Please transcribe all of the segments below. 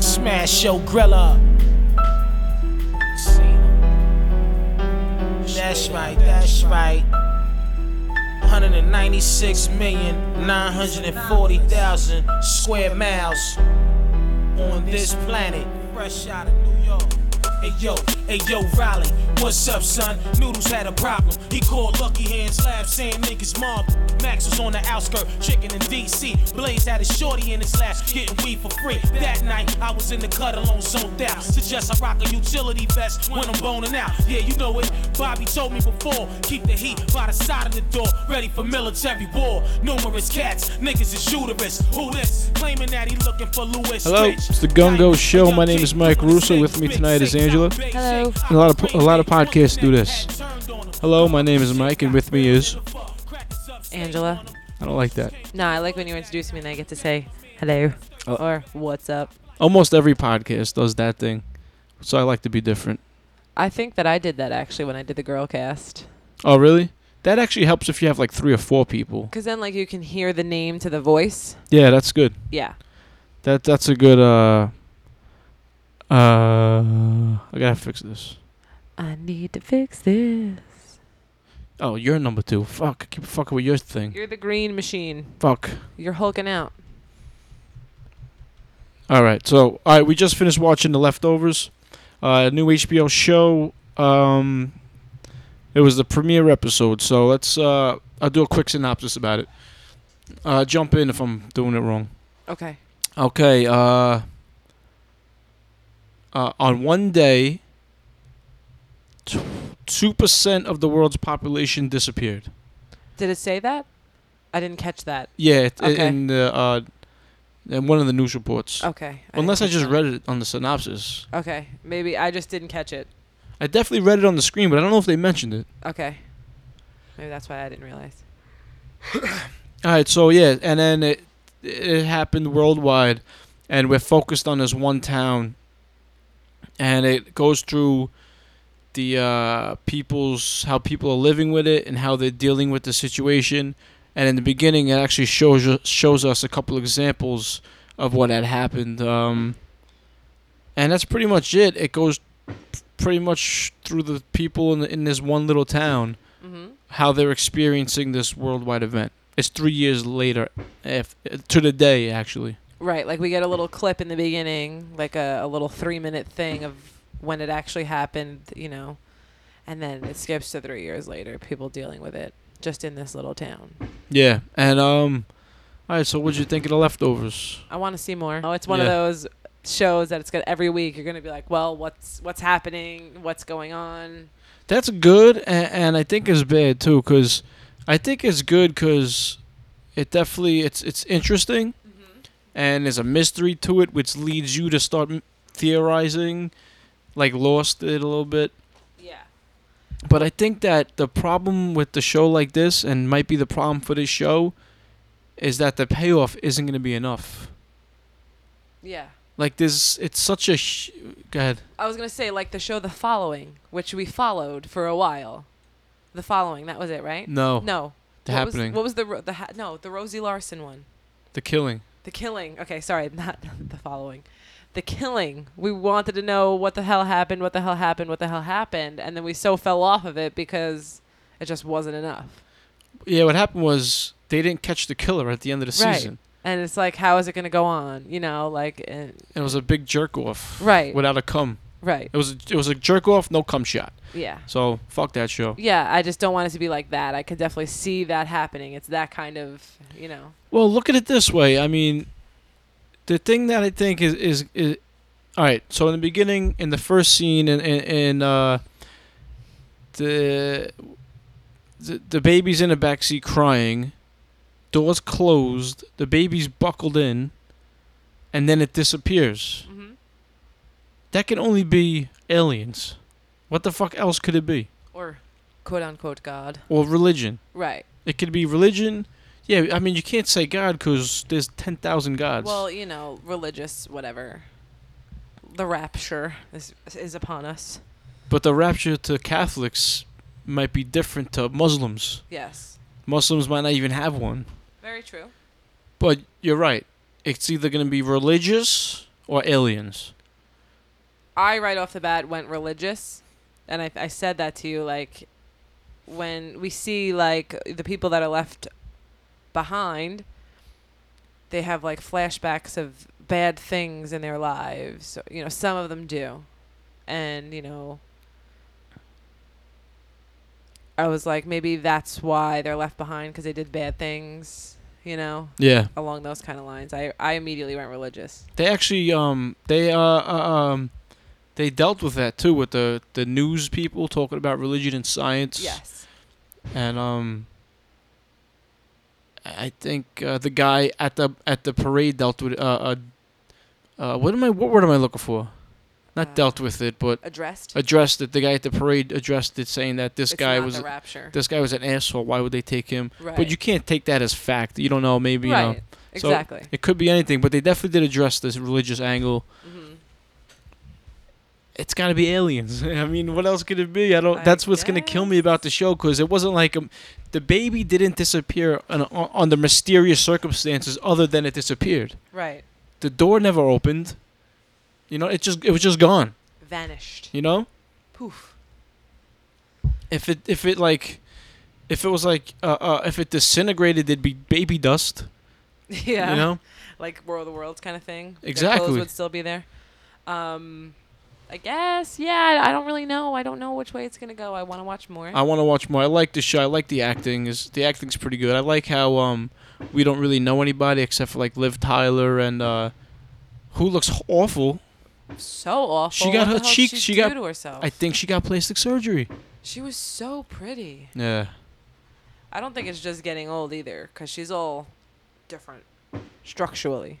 Smash Show Grilla. That's right, that's right. 196,940,000 square miles on this planet. Fresh out of New York. Hey yo, hey yo, Riley, what's up, son? Noodles had a problem. He called Lucky Hands Lab saying niggas mob. Max was on the outskirt, chicken in DC. Blaze had a shorty in his lap, getting weed for free. That night, I was in the cut alone, zoned out. Suggest I rock a utility vest when I'm boning out. Yeah, you know it. Bobby told me before, keep the heat by the side of the door, ready for military war. Numerous cats, niggas is shooterous. Who this? Claiming that he looking for Lewis. Hello, it's the Gungo Show. My name is Mike Russo. With me tonight is Angela. Hello. A lot of a lot of podcasts do this. Hello, my name is Mike, and with me is Angela. I don't like that. No, I like when you introduce me and I get to say hello Oh. or what's up. Almost every podcast does that thing, so I like to be different. I think that I did that actually when I did the girl cast. Oh, really? That actually helps if you have like three or four people. Because then, like, you can hear the name to the voice. Yeah, that's good. Yeah. That that's a good. Uh, uh, I gotta fix this. I need to fix this. Oh, you're number two. Fuck, keep fucking with your thing. You're the green machine. Fuck. You're hulking out. All right. So, all right, we just finished watching The Leftovers, uh, new HBO show. Um, it was the premiere episode, so let's. Uh, I'll do a quick synopsis about it. Uh, jump in if I'm doing it wrong. Okay. Okay. Uh, uh, on one day, two percent of the world's population disappeared. Did it say that? I didn't catch that. Yeah, it, it- Okay. in the uh, in one of the news reports. Okay. Unless I didn't just catch read it on the synopsis. that. Okay. Maybe I just didn't catch it. I definitely read it on the screen, but I don't know if they mentioned it. Okay. Maybe that's why I didn't realize. All right, so yeah, and then it it happened worldwide, and we're focused on this one town, and it goes through the uh, people's how people are living with it and how they're dealing with the situation, and in the beginning, it actually shows u- shows us a couple examples of what had happened, um, and that's pretty much it. It goes p- pretty much through the people in, the, in this one little town Mm-hmm. how they're experiencing this worldwide event. It's three years later, if, to the day actually. Right, like we get a little clip in the beginning, like a, a little three minute thing of when it actually happened, you know, and then it skips to three years later, people dealing with it just in this little town. Yeah, and um, all right. So what'd you think of the leftovers? I want to see more. Oh, it's one of Yeah. those shows that it's gonna every week you're gonna be like, well, what's what's happening? What's going on? That's good, and, and I think it's bad too, cause I think it's good, cause it definitely it's it's interesting, Mm-hmm. and there's a mystery to it, which leads you to start m- theorizing, like Lost it a little bit. Yeah. But I think that the problem with the show like this, and might be the problem for this show, is that the payoff isn't going to be enough. Yeah. Like this, it's such a. Sh- Go ahead. I was gonna say like the show The Following, which we followed for a while. The Following, that was it, right? No, No. the what happening, Was, what was the ro- the ha- no the Rosie Larson one? the killing. The killing. Okay, sorry, not the following. The killing. We wanted to know what the hell happened, what the hell happened, what the hell happened, and then we so fell off of it because it just wasn't enough. Yeah, what happened was they didn't catch the killer at the end of the Right. season. And it's like, how is it going to go on? You know, like, eh, It was a big jerk off. Right. Without a cum. right? It was a, it was a jerk off, no cum shot. Yeah, So fuck that show. yeah. I just don't want it to be like that. I could definitely see that happening. It's that kind of, you know. Well, look at it this way. I mean, the thing that I think is is, is all right. So in the beginning, in the first scene, in in, in uh, the, the the baby's in the backseat crying, doors closed, the baby's buckled in, and then it disappears. Mm-hmm. That can only be aliens. What the fuck else could it be? Or quote unquote God. Or religion? Right. It could be religion. Yeah, I mean you can't say God because there's ten thousand gods. Well, you know, religious, whatever. The rapture is is upon us. But the rapture to Catholics might be different to Muslims. Yes. Muslims might not even have one. Very true. But you're right. It's either going to be religious or aliens. I right off the bat went religious, and I, I said that to you like when we see like the people that are left behind, they have like flashbacks of bad things in their lives. You know, some of them do, and you know. I was like, maybe that's why they're left behind because they did bad things, you know, Yeah. along those kind of lines. I, I immediately went religious. They actually um they uh, uh um they dealt with that too with the the news people talking about religion and science. Yes. And um I think uh, the guy at the at the parade dealt with uh uh, uh what am I what word am I looking for? Not Uh, dealt with it, but Addressed. addressed it. The guy at the parade addressed it, saying that this It's guy not was the rapture. this guy was an asshole. Why would they take him? right. But you can't take that as fact. You don't know. Maybe you know. right. So- Exactly. It could be anything, but they definitely did address this religious angle. hmm It's got to be aliens. I mean, what else could it be? I don't. I that's what's gonna kill me about the show because it wasn't like um, the baby didn't disappear on, on on the mysterious circumstances other than it disappeared. Right. The door never opened. You know, it just it was just gone. Vanished. You know. Poof. if it if it like if it was like uh, uh if it disintegrated it'd be baby dust yeah. you know Like War of the Worlds kind of thing. Their Exactly. clothes would still be there. Um, I guess. Yeah. I I don't really know. I don't know which way it's gonna go. I want to watch more. i want to watch more i like the show i like the acting is the acting's pretty good i like how um we don't really know anybody except for like liv tyler and uh who looks h- awful so awful. She got her What the hell did cheek- She, she do got- to herself. i think she got plastic surgery she was so pretty. yeah I don't think it's just getting old either, cause she's all different structurally.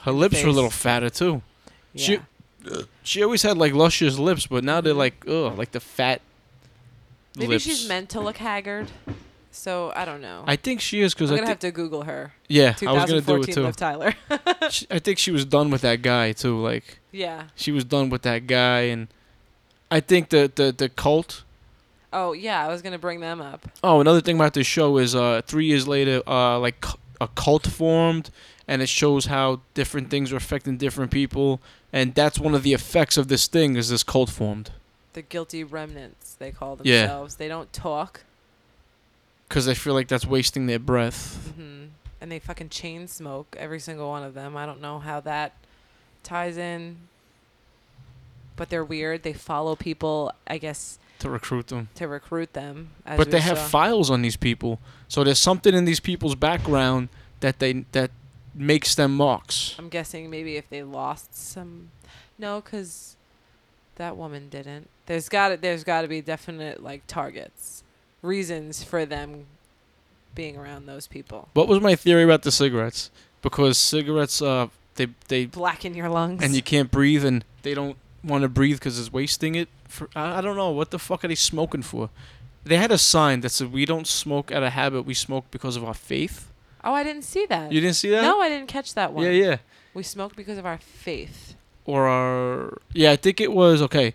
her lips were a Face. little fatter too Yeah. She- she always had like luscious lips but now they're like ugh like the fat Maybe lips. she's meant to look haggard. So I don't know. i think she is I'm because i gonna think have to Google her. yeah i was gonna 2014 do it too Liv Tyler. She- i think she was done with that guy too like yeah. she was done with that guy and I think the the, the cult Oh yeah, I was gonna bring them up. oh another thing about this show is uh three years later uh like c- a cult formed and it shows how different things are affecting different people and that's one of the effects of this thing is this cult formed The guilty remnants they call Yeah. themselves. They don't talk, because I feel like that's wasting their breath hmm and they fucking chain smoke every single one of them. I don't know how that ties in, but they're weird. They follow people, I guess, to recruit them to recruit them. As but we they have saw. files on these people so there's something in these people's background that they that makes them marks I'm guessing maybe if they lost some. No, 'cause that woman didn't. There's got to There's got to be definite like targets, reasons for them being around those people. what was my theory about the cigarettes because cigarettes uh they they Blacken your lungs. and you can't breathe, and they don't want to breathe because it's wasting it. For I, I don't know what the fuck are they smoking for? They had a sign that said, "We don't smoke out of habit. We smoke because of our faith." oh, I didn't see that. You didn't see that? No, I didn't catch that one. Yeah, yeah. We smoked because of our faith. Or our yeah, I think it was okay.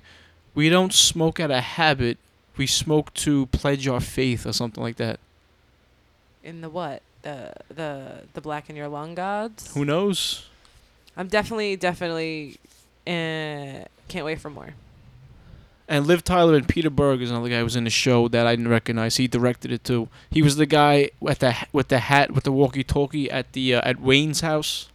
We don't smoke out of habit. We smoke to pledge our faith or something like that. In the what? The the the blacken your lung gods. Who knows? I'm definitely definitely. Uh, can't wait for more. And Liv Tyler and Peter Berg is another guy who was in the show that I didn't recognize. He directed it too. He was the guy with the with the hat with the walkie-talkie at the uh, at Wayne's house.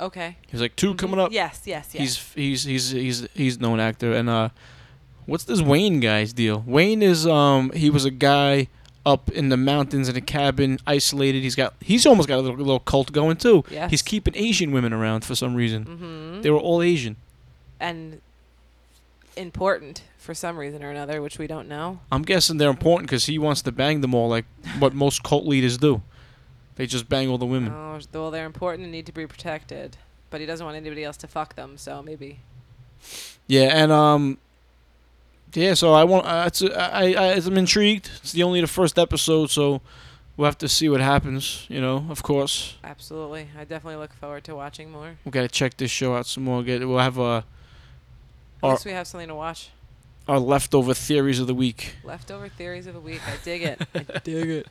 Okay. He's like 2 Mhm. coming up. Yes, yes, yes. He's he's he's he's he's known actor and uh, what's this Wayne guy's deal? Wayne is um he was a guy up in the mountains in a cabin, isolated. He's got he's almost got a little, little cult going too. yes. He's keeping Asian women around for some reason. Mm-hmm. They were all Asian. and important for some reason or another, which we don't know. I'm guessing they're important because he wants to bang them all like what most cult leaders do. They just bang all the women. Oh, sh- well, they're important and need to be protected, but he doesn't want anybody else to fuck them, so maybe. Yeah, and um, yeah. So I want. Uh, it's, I, I I- I'm intrigued. It's the only the first episode, so we'll have to see what happens. You know, of course, Absolutely. I definitely look forward to watching more. we gotta check this show out some more. Get we'll have uh, At Or- least we have something to watch. our leftover theories of the week. Leftover theories of the week. I dig it. I dig it.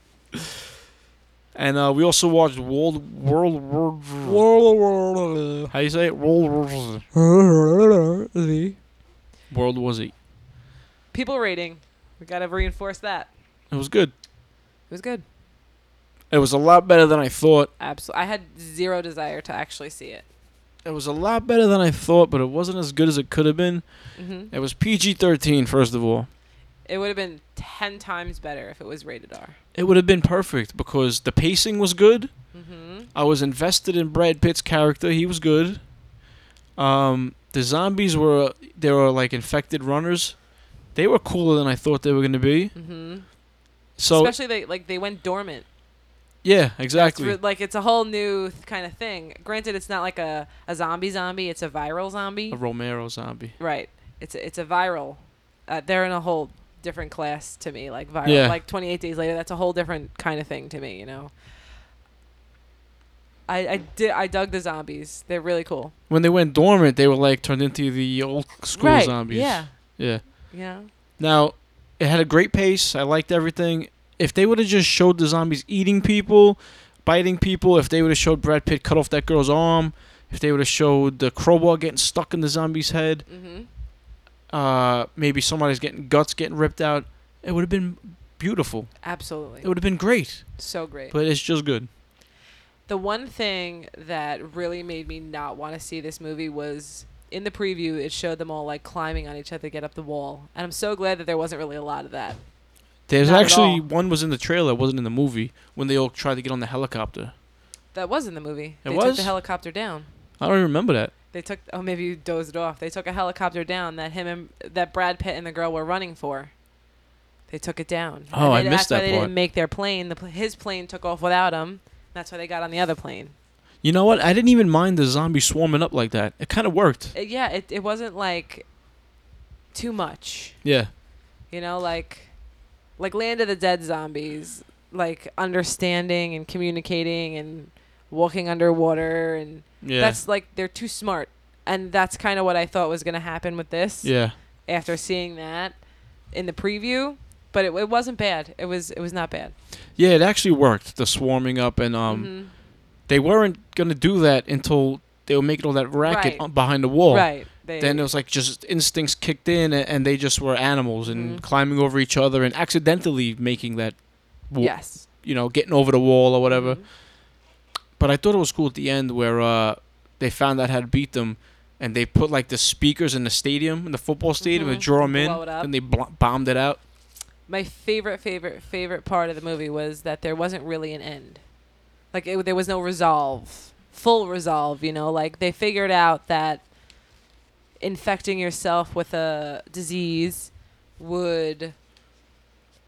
And uh, we also watched World World World. World How you say it? World War. World War Z. People rating. We gotta reinforce that. It was good. It was good. It was a lot better than I thought. Absolutely. I had zero desire to actually see it. It was a lot better than I thought, but it wasn't as good as it could have been. hmm It was PG 13, first of all. It would have been ten times better if it was rated R. It would have been perfect because the pacing was good. hmm I was invested in Brad Pitt's character. He was good. Um, the zombies were they were like infected runners. They were cooler than I thought they were going to be. hmm So Especially they like they went dormant. yeah, It's exactly. re- like it's a whole new th- kind of thing. Granted, it's not like a, a zombie zombie. It's a viral zombie. a Romero zombie. Right. It's a, it's a viral. Uh, they're in a whole different class to me. Like viral. Yeah. Like 28 days later. That's a whole different kind of thing to me. You know. I I did I dug the zombies. They're really cool. When they went dormant, they were like turned into the old school right. zombies. Yeah. Yeah. Yeah. Now, it had a great pace. I liked everything. If they would have just showed the zombies eating people, biting people, if they would have showed Brad Pitt cut off that girl's arm, if they would have showed the crowbar getting stuck in the zombie's head, Mhm. uh, maybe somebody's getting guts getting ripped out, it would have been beautiful. It Absolutely. would have been great. So great. But it's just good. The one thing that really made me not want to see this movie was in the preview, it showed them all like climbing on each other to get up the wall. And I'm so glad that there wasn't really a lot of that. There's Not at actually all. one was in the trailer, wasn't in the movie, when they all tried to get on the helicopter. That was in the movie. It they took was? the helicopter down. I don't even remember that. They took oh maybe you dozed off. They took a helicopter down that him and that Brad Pitt and the girl were running for. They took it down. Oh, And I they- missed that's why that they part. didn't make their plane. The, pl- his plane took off without him. That's why they got on the other plane. You know what? I didn't even mind the zombies swarming up like that. It kind of worked. Uh, yeah, it it wasn't like too much. Yeah. you know like like land of the dead zombies like understanding and communicating and walking underwater and Yeah. that's like they're too smart and that's kind of what i thought was going to happen with this yeah. after seeing that in the preview but it, it wasn't bad it was it was not bad Yeah, it actually worked. The swarming up, and um, Mhm. they weren't gonna do that until they were making all that racket Right. on behind the wall. right they, Then it was like just instincts kicked in, a- and they just were animals and Mhm. climbing over each other and accidentally making that, wa- yes you know, getting over the wall or whatever. Mhm. But I thought it was cool at the end where uh, they found out how to beat them, and they put like the speakers in the stadium, in the football stadium, and Mhm. draw them in, Blow it up. and they bl- bombed it out. my favorite favorite favorite part of the movie was that there wasn't really an end like it, there was no resolve full resolve you know like they figured out that infecting yourself with a disease would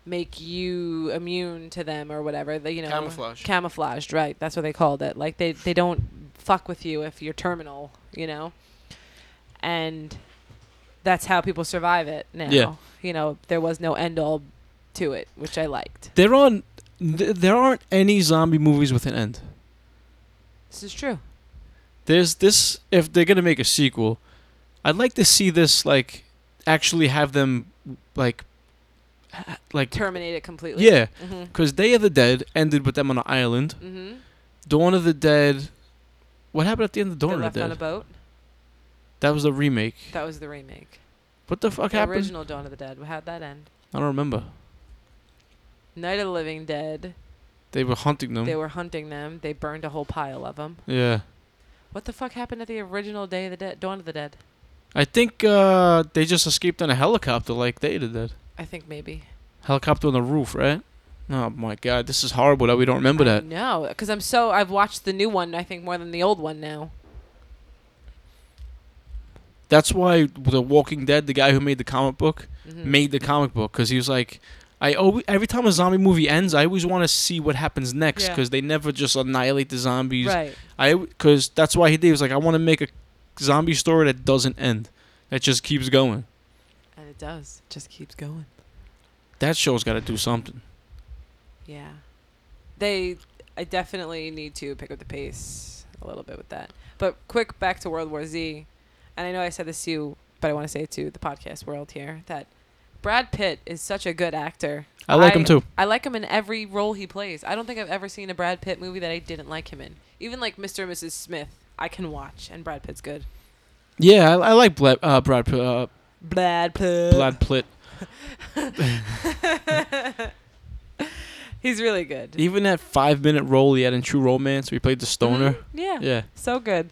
make you immune to them or whatever they, you know Camouflage. camouflaged right that's what they called it like they they don't fuck with you if you're terminal you know and that's how people survive it now Yeah. you know there was no end all to it which i liked There aren't, th- there aren't any zombie movies with an end. this is true There's this if they're gonna make a sequel, I'd like to see this like actually have them like ha- like terminate it completely yeah, mm-hmm. because Day of the Dead ended with them on an island. Mm-hmm. Dawn of the Dead, what happened at the end of They're Dawn of left the on a Dead? boat. That was the remake. That was the remake. What the fuck the happened? original Dawn of the Dead. How'd that end? I don't remember. Night of the Living Dead. They were hunting them. They were hunting them. They burned a whole pile of them. yeah, What the fuck happened at the original Day of the Dead? Dawn of the Dead. I think uh, they just escaped on a helicopter like Day of the Dead. I think maybe. Helicopter on the roof, right? Oh my god, this is horrible that we don't remember that. No, because I'm so I've watched the new one. I think more than the old one now. That's why The Walking Dead, the guy who made the comic book, Mhm. made the comic book because he was like, I always every time a zombie movie ends, I always want to see what happens next Yeah. because they never just annihilate the zombies. right. I because that's why he did. He was like, I want to make a zombie story that doesn't end, that just keeps going. And it does. It just keeps going. That show's got to do something. Yeah. They I definitely need to pick up the pace a little bit with that. But quick back to World War Z. And I know I said this to you, but I want to say it to the podcast world here that Brad Pitt is such a good actor. I like him too. I like him in every role he plays. I don't think I've ever seen a Brad Pitt movie that I didn't like him in. Even like Mr. and Mrs. Smith, I can watch, and Brad Pitt's good. Yeah, I, I like Bla- uh, Brad Pitt. Uh, Brad Pitt. Brad Pitt. He's really good. Even that five minute role he had in True Romance, where he played the stoner. Mhm. Yeah. Yeah, So good.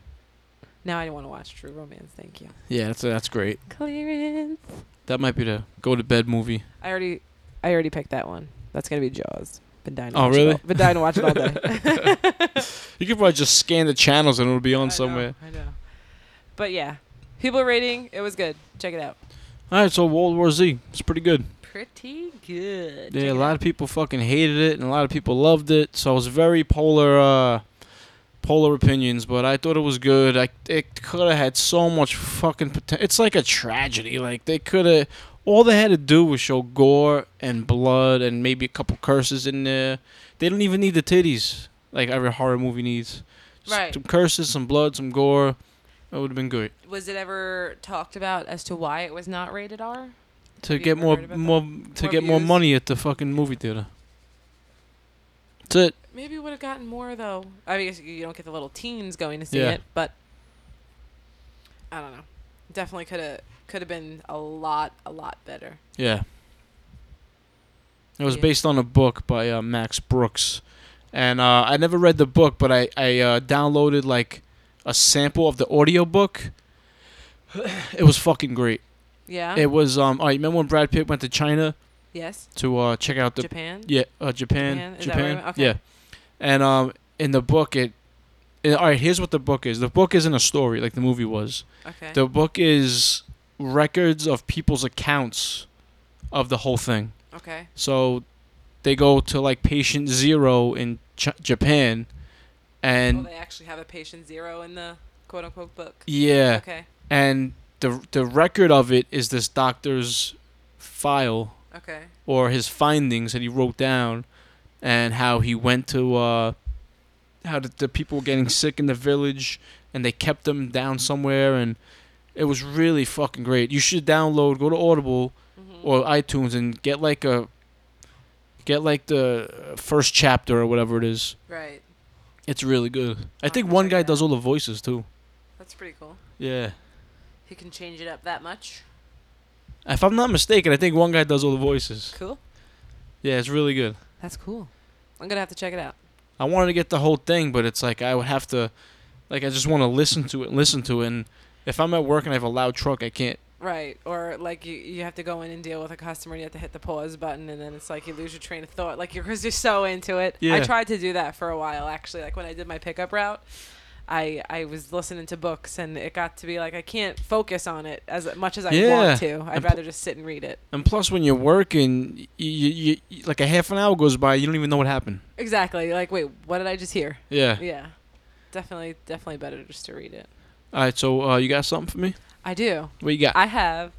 Now I want to watch True Romance. Thank you. yeah, that's that's great. Clearance. That might be the go to bed movie. I already, I already picked that one. That's gonna be Jaws. Been dying. To Oh, watch really? It all, been dying to watch it all day. You could probably just scan the channels and it'll be on I know, somewhere. I know. But yeah, people rating it was good. Check it out. All right, so World War Z, it's pretty good. Pretty good. Yeah, a lot of people fucking hated it, and a lot of people loved it. So it was very polar, uh, polar opinions. But I thought it was good. I it could have had so much fucking potential. It's like a tragedy. Like they could have. All they had to do was show gore and blood and maybe a couple curses in there. They don't even need the titties like every horror movie needs. Just Right. Some curses, some blood, some gore. That would have been good Was it ever talked about as to why it was not rated R? to Have you get ever more heard about that? more to More get more views? money at the fucking movie theater. That's it. Maybe would have gotten more though. I mean, you don't get the little teens going to see Yeah. it, but I don't know. Definitely could have could have been a lot a lot better. Yeah. It was Yeah. based on a book by uh, Max Brooks, and uh, I never read the book, but I I uh, downloaded like a sample of the audiobook. it was fucking great. Yeah. It was um. I remember when Brad Pitt went to China yes. to uh, check out the Japan. yeah uh, Japan Japan? Is that where Japan, it went? Okay. yeah, and um in the book it, it all right here's what the book is the book isn't a story like the movie was Okay. the book is records of people's accounts of the whole thing. okay. So they go to like patient zero in Ch- Japan, Well, and they actually have a patient zero in the quote unquote book. yeah, Okay. and the the record of it is this doctor's file Okay. or his findings that he wrote down, and how he went to uh, how the, the people were getting sick in the village, and they kept them down somewhere, and it was really fucking great. You should download, go to Audible, Mhm. or iTunes and get like a get like the first chapter or whatever it is. Right. It's really good. I I'll think have to one check guy it does all the voices too. That's pretty cool. Yeah. He can change it up that much. If I'm not mistaken, I think one guy does all the voices. Cool. Yeah, it's really good. That's cool. I'm gonna have to check it out. I wanted to get the whole thing, but it's like I would have to like I just want to listen to it and listen to it and if I'm at work and I have a loud truck, I can't. Right. Or like you, you have to go in and deal with a customer and you have to hit the pause button and then it's like you lose your train of thought. Like you're because you're so into it. I Yeah. tried to do that for a while actually. Like when I did my pickup route, I I was listening to books and it got to be like I can't focus on it as much as I Yeah. want to. I'd And pl- rather just sit and read it. And plus, when you're working, you, you, you like a half an hour goes by, you don't even know what happened. Exactly. Like wait, what did I just hear? Yeah. Yeah. Definitely definitely better just to read it. All right. So uh, you got something for me? I do. What you got? I have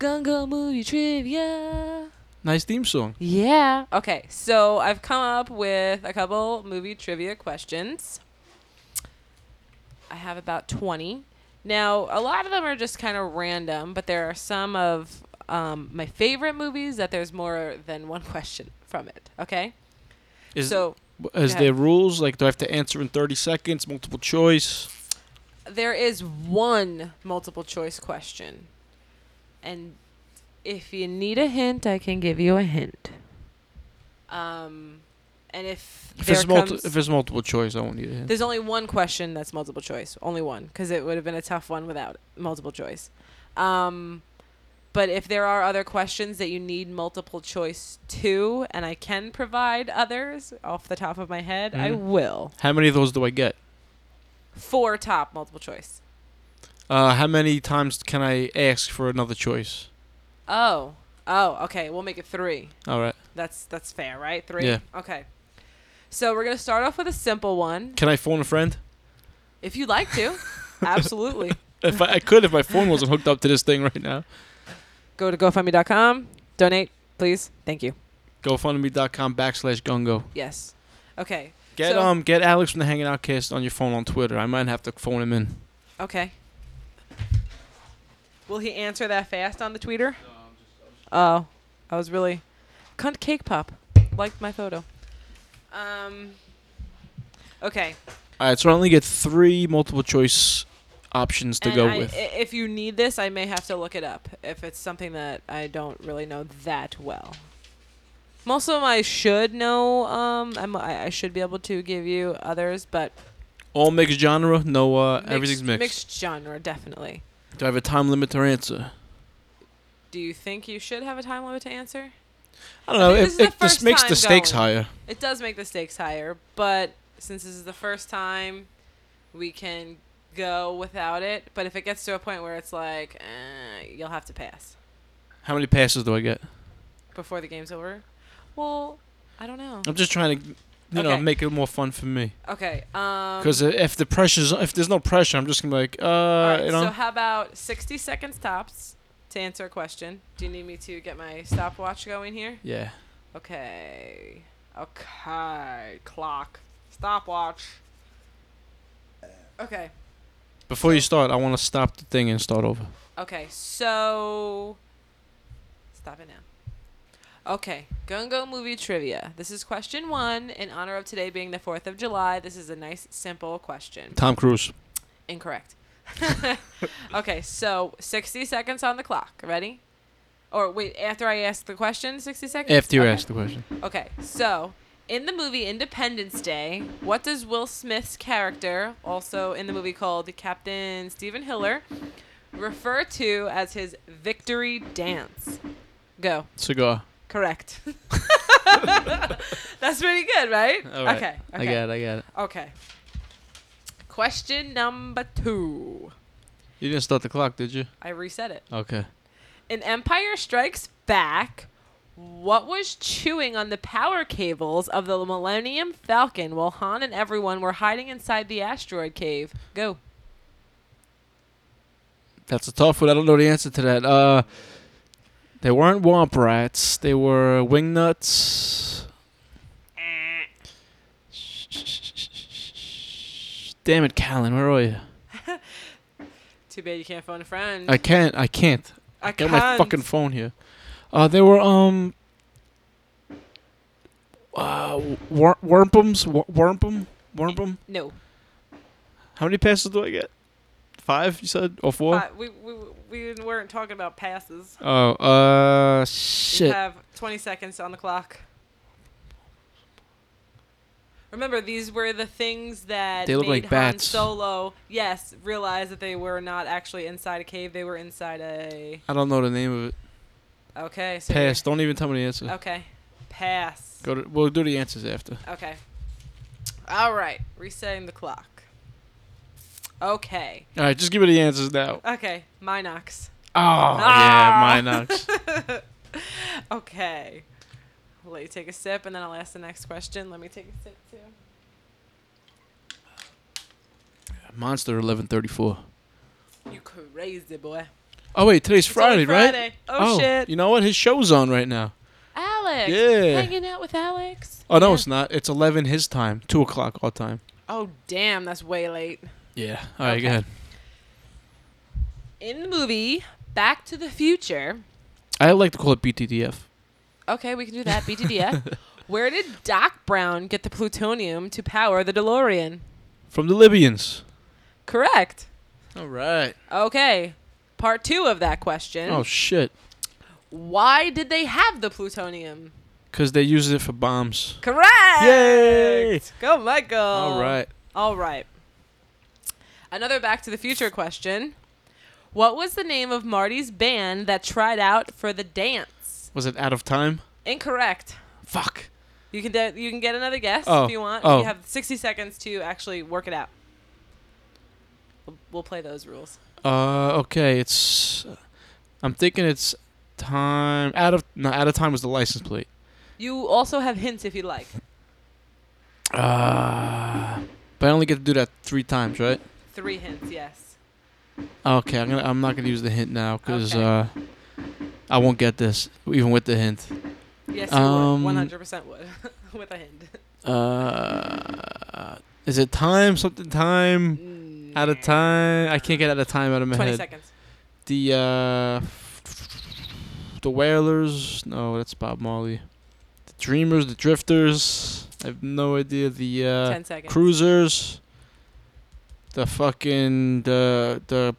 Gungo movie trivia. nice theme song. Yeah. Okay, so I've come up with a couple movie trivia questions. I have about 20. Now, a lot of them are just kind of random, but there are some of um, my favorite movies that there's more than one question from it. Okay? Is so Is Yeah. there rules? Like, do I have to answer in 30 seconds, multiple choice? there is one multiple choice question. And if you need a hint, I can give you a hint. Um, and if, If there it's, multi- comes- if it's multiple choice, I won't need it. There's only one question that's multiple choice. Only one, because it would have been a tough one without multiple choice. Um, but if there are other questions that you need multiple choice to, and I can provide others off the top of my head, I Mhm. will. How many of those do I get? Four top multiple choice. Uh, how many times can I ask for another choice? Oh, oh, okay. We'll make it three. All right. That's that's fair, right? Three. Yeah. Okay. So we're gonna start off with a simple one, Can I phone a friend? if you'd like to. Absolutely. If I, I could, if my phone wasn't hooked up to this thing right now. Go to GoFundMe.com. Donate, please. Thank you. GoFundMe.com backslash gungo. Yes. Okay. Get So- um get Alex from the Hanging Out Cast on your phone on Twitter. I might have to phone him in. Okay. Will he answer that fast on the tweeter? Oh, I was really cunt cake pop. Liked my photo. Um. Okay. All right, so I only get three multiple choice options to And go I- with. i- If you need this, I may have to look it up if it's something that I don't really know that well. Most of them I should know. Um, I'm, I I should be able to give you others, but All mixed genre, no, uh, mixed- everything's mixed. Mixed genre, definitely. Do I have a time limit to answer? Do you think you should have a time limit to answer? I don't know. think it this is it the just first makes the time stakes going. higher. It does make the stakes higher, but since this is the first time, we can go without it. But if it gets to a point where it's like, eh, you'll have to pass How many passes do I get? before the game's over. Well, I don't know. I'm just trying to, you know, Okay. make it more fun for me. Okay. Um. Because if the pressure's, if there's no pressure, I'm just gonna be like, uh, all right, you so know. how about 60 seconds tops to answer a question? Do you need me to get my stopwatch going here? yeah. Okay. Okay. Clock. Stopwatch. Okay. Before you start, I want to stop the thing and start over. Okay, so stop it now. Okay, Gungo movie trivia. This is question one in honor of today being the Fourth of July. This is a nice, simple question. Tom Cruise. Incorrect. okay, so sixty seconds on the clock. Ready? Or wait, after I ask the question, sixty seconds. After you Okay. ask the question. Okay, so in the movie Independence Day, what does Will Smith's character, also in the movie called Captain Stephen Hiller, refer to as his victory dance? Go. Cigar. Correct. That's pretty good, right? All right. Okay. I Okay. got it. I got it. Okay. Question number two. You didn't start the clock, did you? I reset it. Okay. In Empire Strikes Back, what was chewing on the power cables of the Millennium Falcon while Han and everyone were hiding inside the asteroid cave? Go. That's a tough one. I don't know the answer to that. Uh, they weren't womp rats. They were wing nuts. Damn it, Callan, where are you? Too bad you can't phone a friend. I can't. I can't. I Got my fucking phone here. Uh, they were um. Uh, wor- wormpums, wor- wormpum, wormpum. No. How many passes do I get? Five, you said, or four? Fi- Uh, we, we, we weren't talking about passes. Oh, uh, You shit. have 20 seconds on the clock. Remember, these were the things that They look like made Han bats. Solo, yes, realize that they were not actually inside a cave. They were inside a. I don't know the name of it. Okay. So you're- Pass. Don't even tell me the answer. Okay. Pass. Go to, we'll do the answers after. Okay. All right. Resetting the clock. Okay. All right, just give me the answers now. Okay. Minox. Oh, Ah. yeah, Minox. Okay. I'll let you take a sip and then I'll ask the next question. Let me take a sip too. Monster 1134. You crazy boy. Oh, wait, today's It's only Friday, right? Friday. Oh, shit. You know what? His show's on right now. Alex. Yeah. Hanging out with Alex. Oh, no, Yeah. it's not. It's 11 his time, 2 o'clock our time. Oh damn, that's way late. Yeah. All right, Okay. go ahead. In the movie Back to the Future. I like to call it BTTF. Okay, we can do that. BTDF. Where did Doc Brown get the plutonium to power the DeLorean? From the Libyans. Correct. All right. Okay. Part two of that question. Oh, shit. Why did they have the plutonium? Because they use it for bombs. Correct. Yay! Go, Michael. All right. All right. Another Back to the Future question. What was the name of Marty's band that tried out for the dance? Was it out of time? Incorrect. Fuck. You can de- you can get another guess Oh, if you want. oh. You have 60 seconds to actually work it out. We'll, we'll play those rules. Uh, okay, it's. I'm thinking it's time. Out of no, out of time was the license plate. You also have hints if you like. Uh, but I only get to do that three times, right? Three hints, yes. Okay, I'm gonna. I'm not gonna use the hint now because Okay. uh, I won't get this even with the hint. Yes, you Um, would. 100% would. With a hint. Uh, is it time? Something time? Out of time? I can't get out of time out of my 20 head. seconds. The uh, the Wailers. No, that's Bob Marley. The Dreamers, the Drifters. I have no idea. The uh, Ten seconds. Cruisers. The fucking the the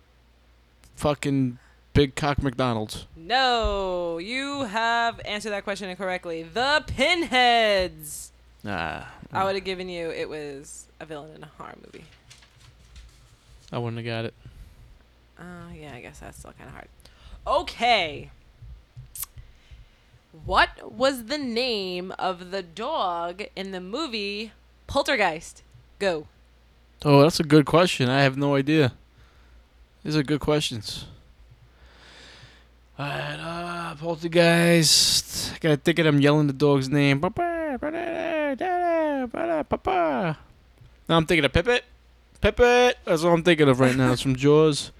fucking big cock McDonald's. No, you have answered that question incorrectly. The Pinheads. Nah, I would have given you it was a villain in a horror movie. I wouldn't have got it. Oh, yeah, I guess that's still kind of hard. Okay. What was the name of the dog in the movie Poltergeist? Go. Oh, that's a good question. I have no idea. These are good questions. Alright, uh, poltergeist. I gotta think of them yelling the dog's name. Papa, ba-da-da, da-da, ba-da, papa. Now I'm thinking of Pippet. Pippet. That's what I'm thinking of right now. It's from Jaws.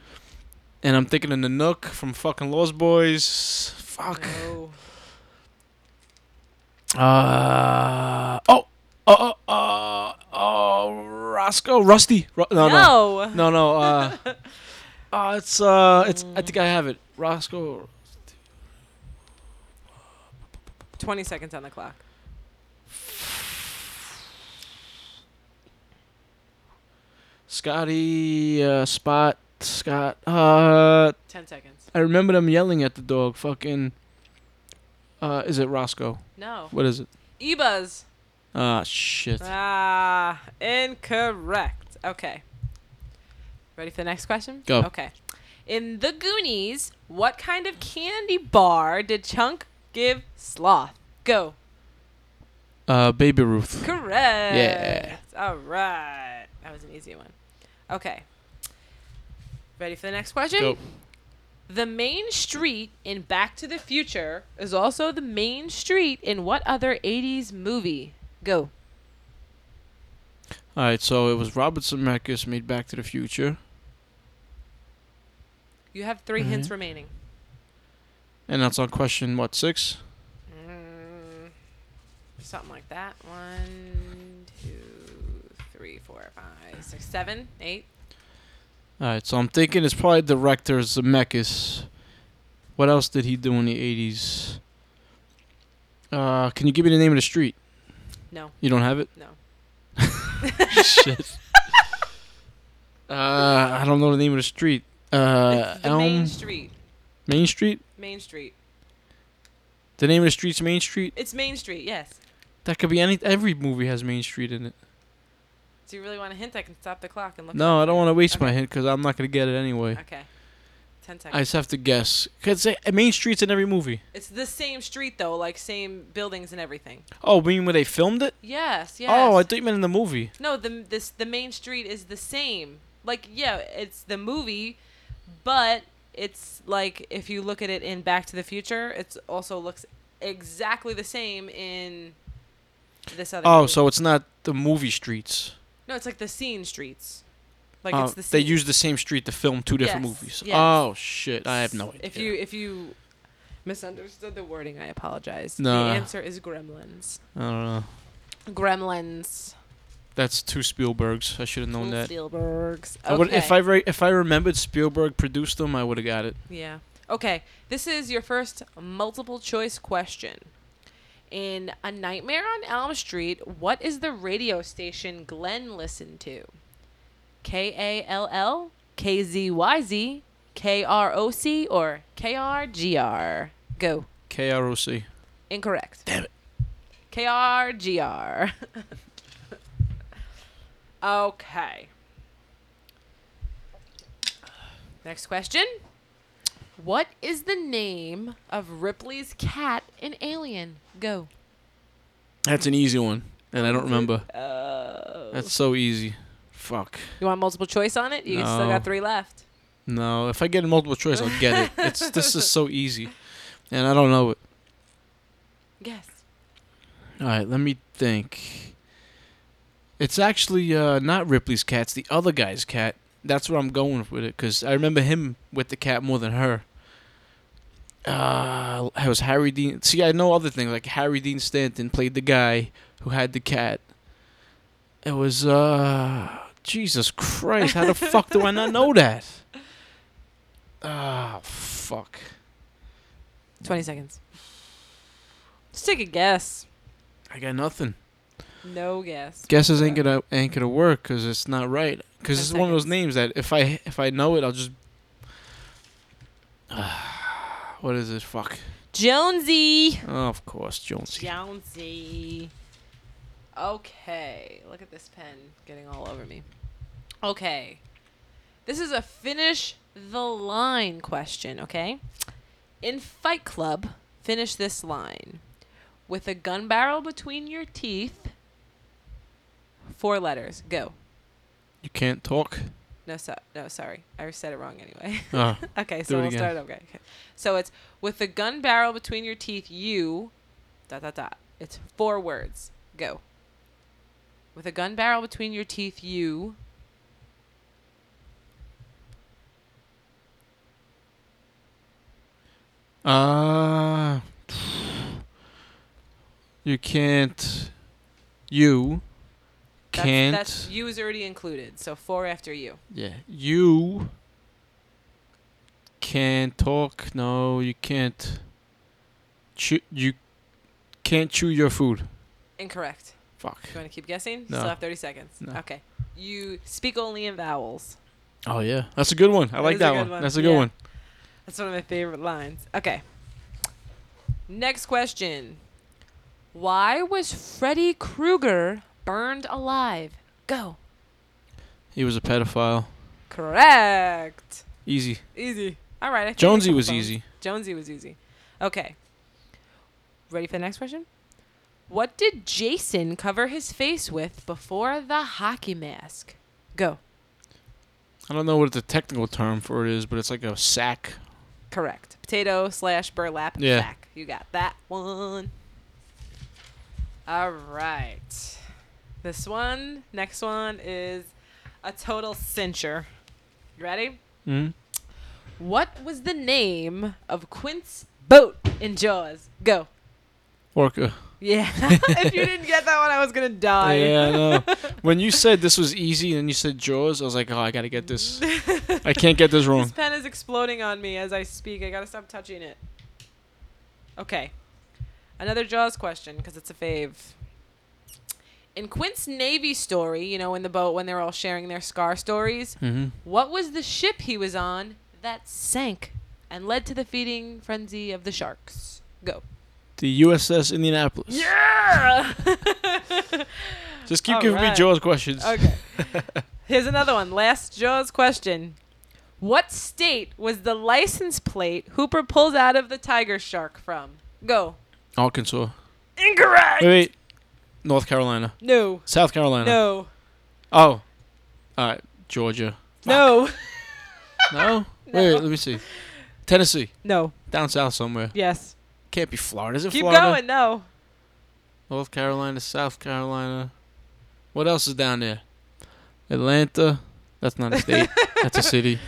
And I'm thinking of Nanook from fucking Lost Boys. Fuck. No. Uh, oh, oh, oh, oh, oh, Roscoe, Rusty. Ru- no, no, No. no, no. Uh, uh, it's uh, it's. I think I have it. Roscoe. 20 seconds on the clock. Scotty. Uh, Spot. Scott. Uh, 10 seconds. I remember them yelling at the dog. Fucking. Uh, is it Roscoe? No. What is it? Ebuzz. Ah, shit. Ah, incorrect. Okay. Ready for the next question? Go. Okay. In The Goonies, what kind of candy bar did Chunk give Sloth? Go. Uh, Baby Ruth. Correct. All right. That was an easy one. Okay. Ready for the next question? Go. The main street in Back to the Future is also the main street in what other 80s movie? Go. All right, so it was Robert Zemeckis made Back to the Future, You have 3 Mm-hmm. hints remaining. and that's on question what six? Mm, something like that. One, two, three, four, five, six, seven, eight. All right, so I'm thinking it's probably director Zemeckis. What else did he do in the 80s? Uh, can you give me the name of the street? No. You don't have it? No. Shit. Uh, I don't know the name of the street. Uh, It's the Elm main Main, street. Street. Main street. The name of the street's Main Street. It's Main Street, yes. That could be any. Every movie has Main Street in it. Do you really want a hint? I can stop the clock and look. No, I don't want to waste my Okay. hint because I'm not gonna get it anyway. Okay. Ten seconds. I just have to guess. Cause uh, Main Street's in every movie. it's the same street though, like same buildings and everything. Oh, you mean where they filmed it? Yes. Yes. Oh, I thought you meant in the movie. No, the this the main street is the same. Like yeah, it's the movie, but it's like if you look at it in Back to the Future, it also looks exactly the same in this other. Oh, movie. so it's not the movie streets. no, it's like the scene streets. Like Uh, it's the they scene. use the same street to film two different Yes, movies. yes. Oh shit, I have no idea. If you if you misunderstood the wording, I apologize. Nah. The answer is Gremlins. I don't know. Gremlins. That's two Spielbergs. I should have known that. Spielbergs. I would, if Okay. I re- if I remembered Spielberg produced them, I would have got it. Yeah. Okay. This is your first multiple choice question. In A Nightmare on Elm Street, what is the radio station Glenn listened to? K A L L, K Z Y Z, K R O C, or K R G R? Go. KROC. Incorrect. Damn it. K R G R. Okay. Next question. What is the name of Ripley's cat in Alien? Go. That's an easy one, and I don't remember. Oh. That's so easy. Fuck. You want multiple choice on it? You still No. got three left. No, if I get a multiple choice, I'll get it. It's this is so easy, and I don't know it. Yes. All right, let me think. It's actually uh, not Ripley's cat. It's the other guy's cat. That's where I'm going with it because I remember him with the cat more than her. Uh, it was Harry Dean. See, I know other things like Harry Dean Stanton played the guy who had the cat. It was uh, Jesus Christ! How the fuck do I not know that? Ah, fuck. Twenty seconds. Just take a guess. I got nothing. No guess. Guesses ain't gonna ain't gonna work because it's not right. Because Ten it's one of those seconds. names that if I if I know it, I'll just. what is it? Fuck. Jonesy. Oh, of course, Jonesy. Jonesy. Okay. Look at this pen getting all over me. Okay. This is a finish the line question, okay? In Fight Club, finish this line. With a gun barrel between your teeth. Four letters. Go. You can't talk. No, so- no, sorry. I said it wrong anyway. Oh, Okay, it so we'll again. start over. Okay. So it's with the gun barrel between your teeth, you dot dot dot. It's four words. Go. With a gun barrel between your teeth, you uh, you can't. You that's, can't. that's you is already included. So four after you. Yeah, you can't talk. No, you can't. Chew, you can't chew your food. Incorrect. Fuck. You want to keep guessing? You No. Still have thirty seconds. No. Okay. You speak only in vowels. Oh yeah, that's a good one. I That like is a that good one. one. That's a good Yeah. one. That's one of my favorite lines. Okay. Next question. Why was Freddy Krueger burned alive? Go. He was a pedophile. Correct. Easy. Easy. All right. I think Jonesy I got was both. easy. Jonesy was easy. Okay. Ready for the next question? What did Jason cover his face with before the hockey mask? Go. I don't know what the technical term for it is, but it's like a sack. Correct. Potato slash burlap Yeah. sack. You got that one. All right. This one, next one is a total cincher. You ready? Mm? What was the name of Quint's boat in Jaws? Go. Orca. Yeah. if you didn't get that one, I was going to die. Yeah, I know. when you said this was easy and you said Jaws, I was like, oh, I gotta get this. I can't get this This wrong. pen is exploding on me as I speak. I gotta stop touching it. Okay. Another Jaws question, because it's a fave. In Quint's Navy story, you know, in the boat when they're all sharing their scar stories, Mm-hmm. what was the ship he was on that sank and led to the feeding frenzy of the sharks? Go. The USS Indianapolis. Yeah! Just keep All giving me right. Jaws questions. Okay. Here's another one. Last Jaws question. What state was the license plate Hooper pulls out of the tiger shark from? Go. Arkansas. Incorrect. Wait, wait. North Carolina. No. South Carolina. No. Oh. All right. Georgia. No. No? Wait, wait, let me see. Tennessee. No. Down south somewhere. Yes. Can't be Florida. Is it Keep Florida? going. No. North Carolina, South Carolina. What else is down there? Atlanta. That's not a state. That's a city.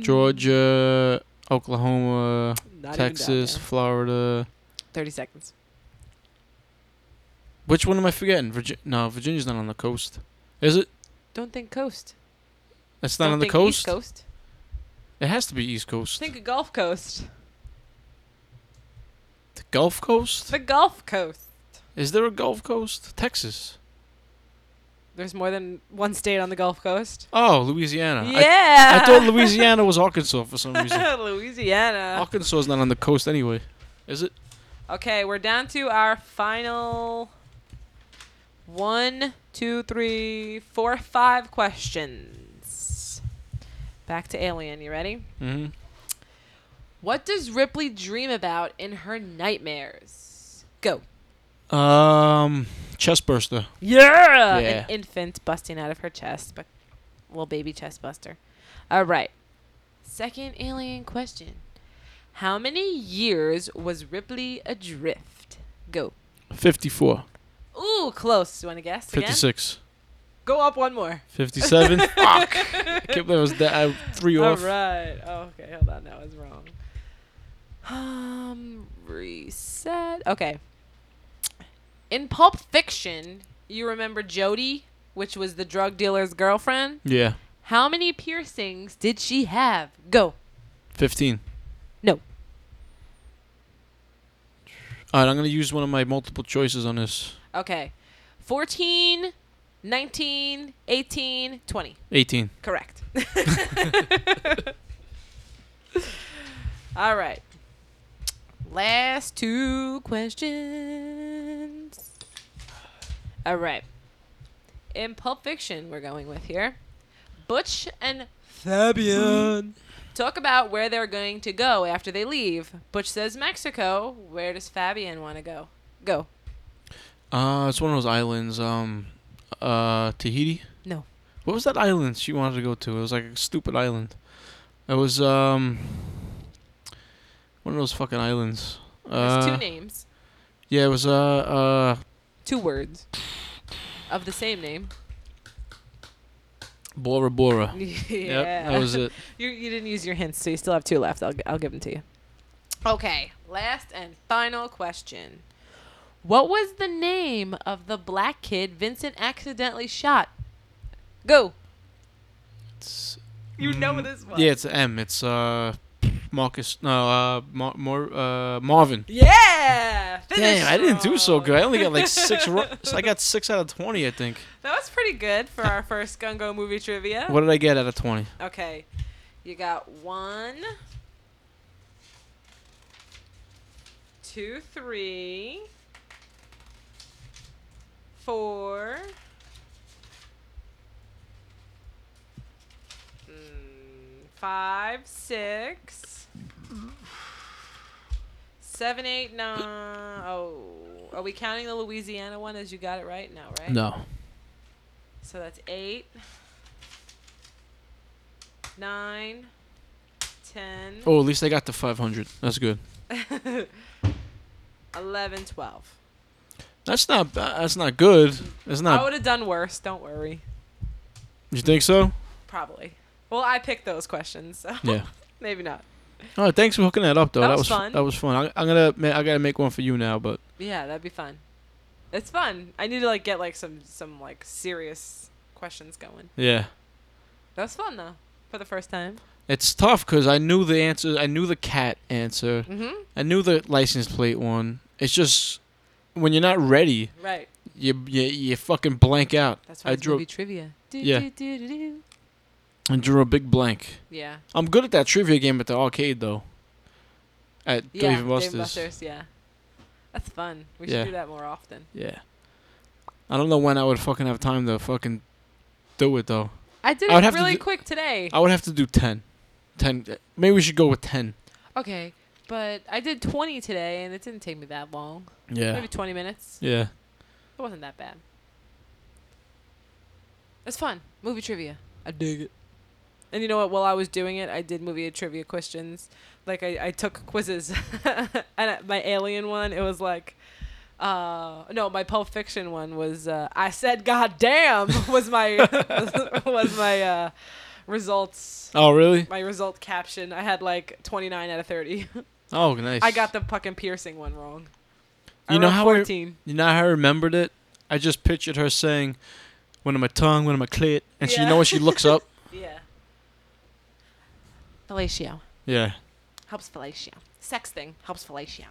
Georgia, Oklahoma, Not Mm, even down Texas, there. Florida. 30 seconds. Which one am I forgetting? Virgi- no, Virginia's not on the coast. Is it? Don't think coast. It's not Don't on the think coast? East coast. It has to be East Coast. Think of Gulf Coast. the Gulf Coast? The Gulf Coast. Is there a Gulf Coast? Texas. There's more than one state on the Gulf Coast. Oh, Louisiana. I- yeah. I thought Louisiana was Arkansas for some reason. Louisiana. Arkansas is not on the coast anyway. Is it? Okay, we're down to our final one, two, three, four, five questions. Back to Alien. You ready? Mm-hmm. What does Ripley dream about in her nightmares? Go. Um, chestburster. Yeah. Yeah. An infant busting out of her chest, but little baby chest buster. All right. Second alien question. How many years was Ripley adrift? Go. Fifty-four. Ooh, close. You want to guess again? Fifty-six. Go up one more. Fifty-seven. Fuck. I can't believe I was that. I three All off. right. Oh, okay. Hold on. That was wrong. Um, reset. Okay. In Pulp Fiction, you remember Jody, which was the drug dealer's girlfriend. Yeah. How many piercings did she have? Go. Fifteen. No. All right, I'm gonna use one of my multiple choices on this. Okay. 14, 19, 18, 20. 18. Correct. All right. Last two questions. All right. In Pulp Fiction, we're going with here. Butch and Fabian talk about where they're going to go after they leave. Butch says Mexico. Where does Fabian want to go? Go. Uh, it's one of those islands. Um, uh, Tahiti. No. What was that island she wanted to go to? It was like a stupid island. It was um, one of those fucking islands. There's Uh, two names, yeah, it was uh uh two words of the same name. Bora Bora. yeah. Yep, that was it. You, you didn't use your hints, so you still have two left. I'll, g- I'll give them to you. Okay, last and final question. What was the name of the black kid Vincent accidentally shot? Go. It's, You know Mm, this one. yeah, it's a M. It's uh Marcus. No, uh, Mar- Mor- uh Marvin. Yeah. Finish Damn, I didn't do so strong. good. I only got like six. Ro- I got six out of twenty, I think. That was pretty good for our first Gungo movie trivia. What did I get out of twenty? Okay. You got one, two, three, four. mm, Five, six, seven, eight, nine. Oh, are we counting the Louisiana one as you got it right? No, right? No. So that's eight, nine, ten, Oh, at least I got the five hundred. That's good. eleven, twelve. That's not. ba- That's not good. That's I not. would have done worse. Don't worry. You think so? Probably. Well, I picked those questions, so Yeah. maybe not. All right. Thanks for hooking that up, though. That That, was was fun. That was fun. I, I'm gonna. ma- I gotta make one for you now, but Yeah, that'd be fun. It's fun. I need to like get like some some like serious questions going. yeah. That was fun though, for the first time. It's tough because I knew the answer. I knew the cat answer. Mm-hmm. I knew the license plate one. It's just when you're not ready, Right. you you, you fucking blank out. That's why I it's drew movie trivia. Do, Yeah. do, do, do, do. I drew a big blank. Yeah. I'm good at that trivia game at the arcade though. At Yeah. Dave and Dave Buster's. Buster's. Yeah. That's fun. We Yeah. should do that more often. Yeah. I don't know when I would fucking have time to fucking do it though. I did I would it have to really do- Oh. quick today. I would have to do 10. 10 maybe we should go with 10. Okay, but I did 20 today and it didn't take me that long. Yeah. Maybe 20 minutes. Yeah. It wasn't that bad. It's fun. Movie trivia. I dig it. And you know what? While I was doing it, I did movie trivia questions. Like I, I took quizzes, and I- my alien one, it was like, uh, no, my Pulp Fiction one was. Uh, I said, "God damn!" was my was my uh, results. Oh, really? My result caption. I had like 29 out of 30. Oh, nice. I got the fucking piercing one wrong. You know wrote how I- 14. You know how I remembered it? I just pictured her saying, "When I'm a tongue, when I'm a clit," and she, you Yeah. know, when she looks up. Yeah. Fellatio Yeah. helps fellatio. Sex thing helps fellatio.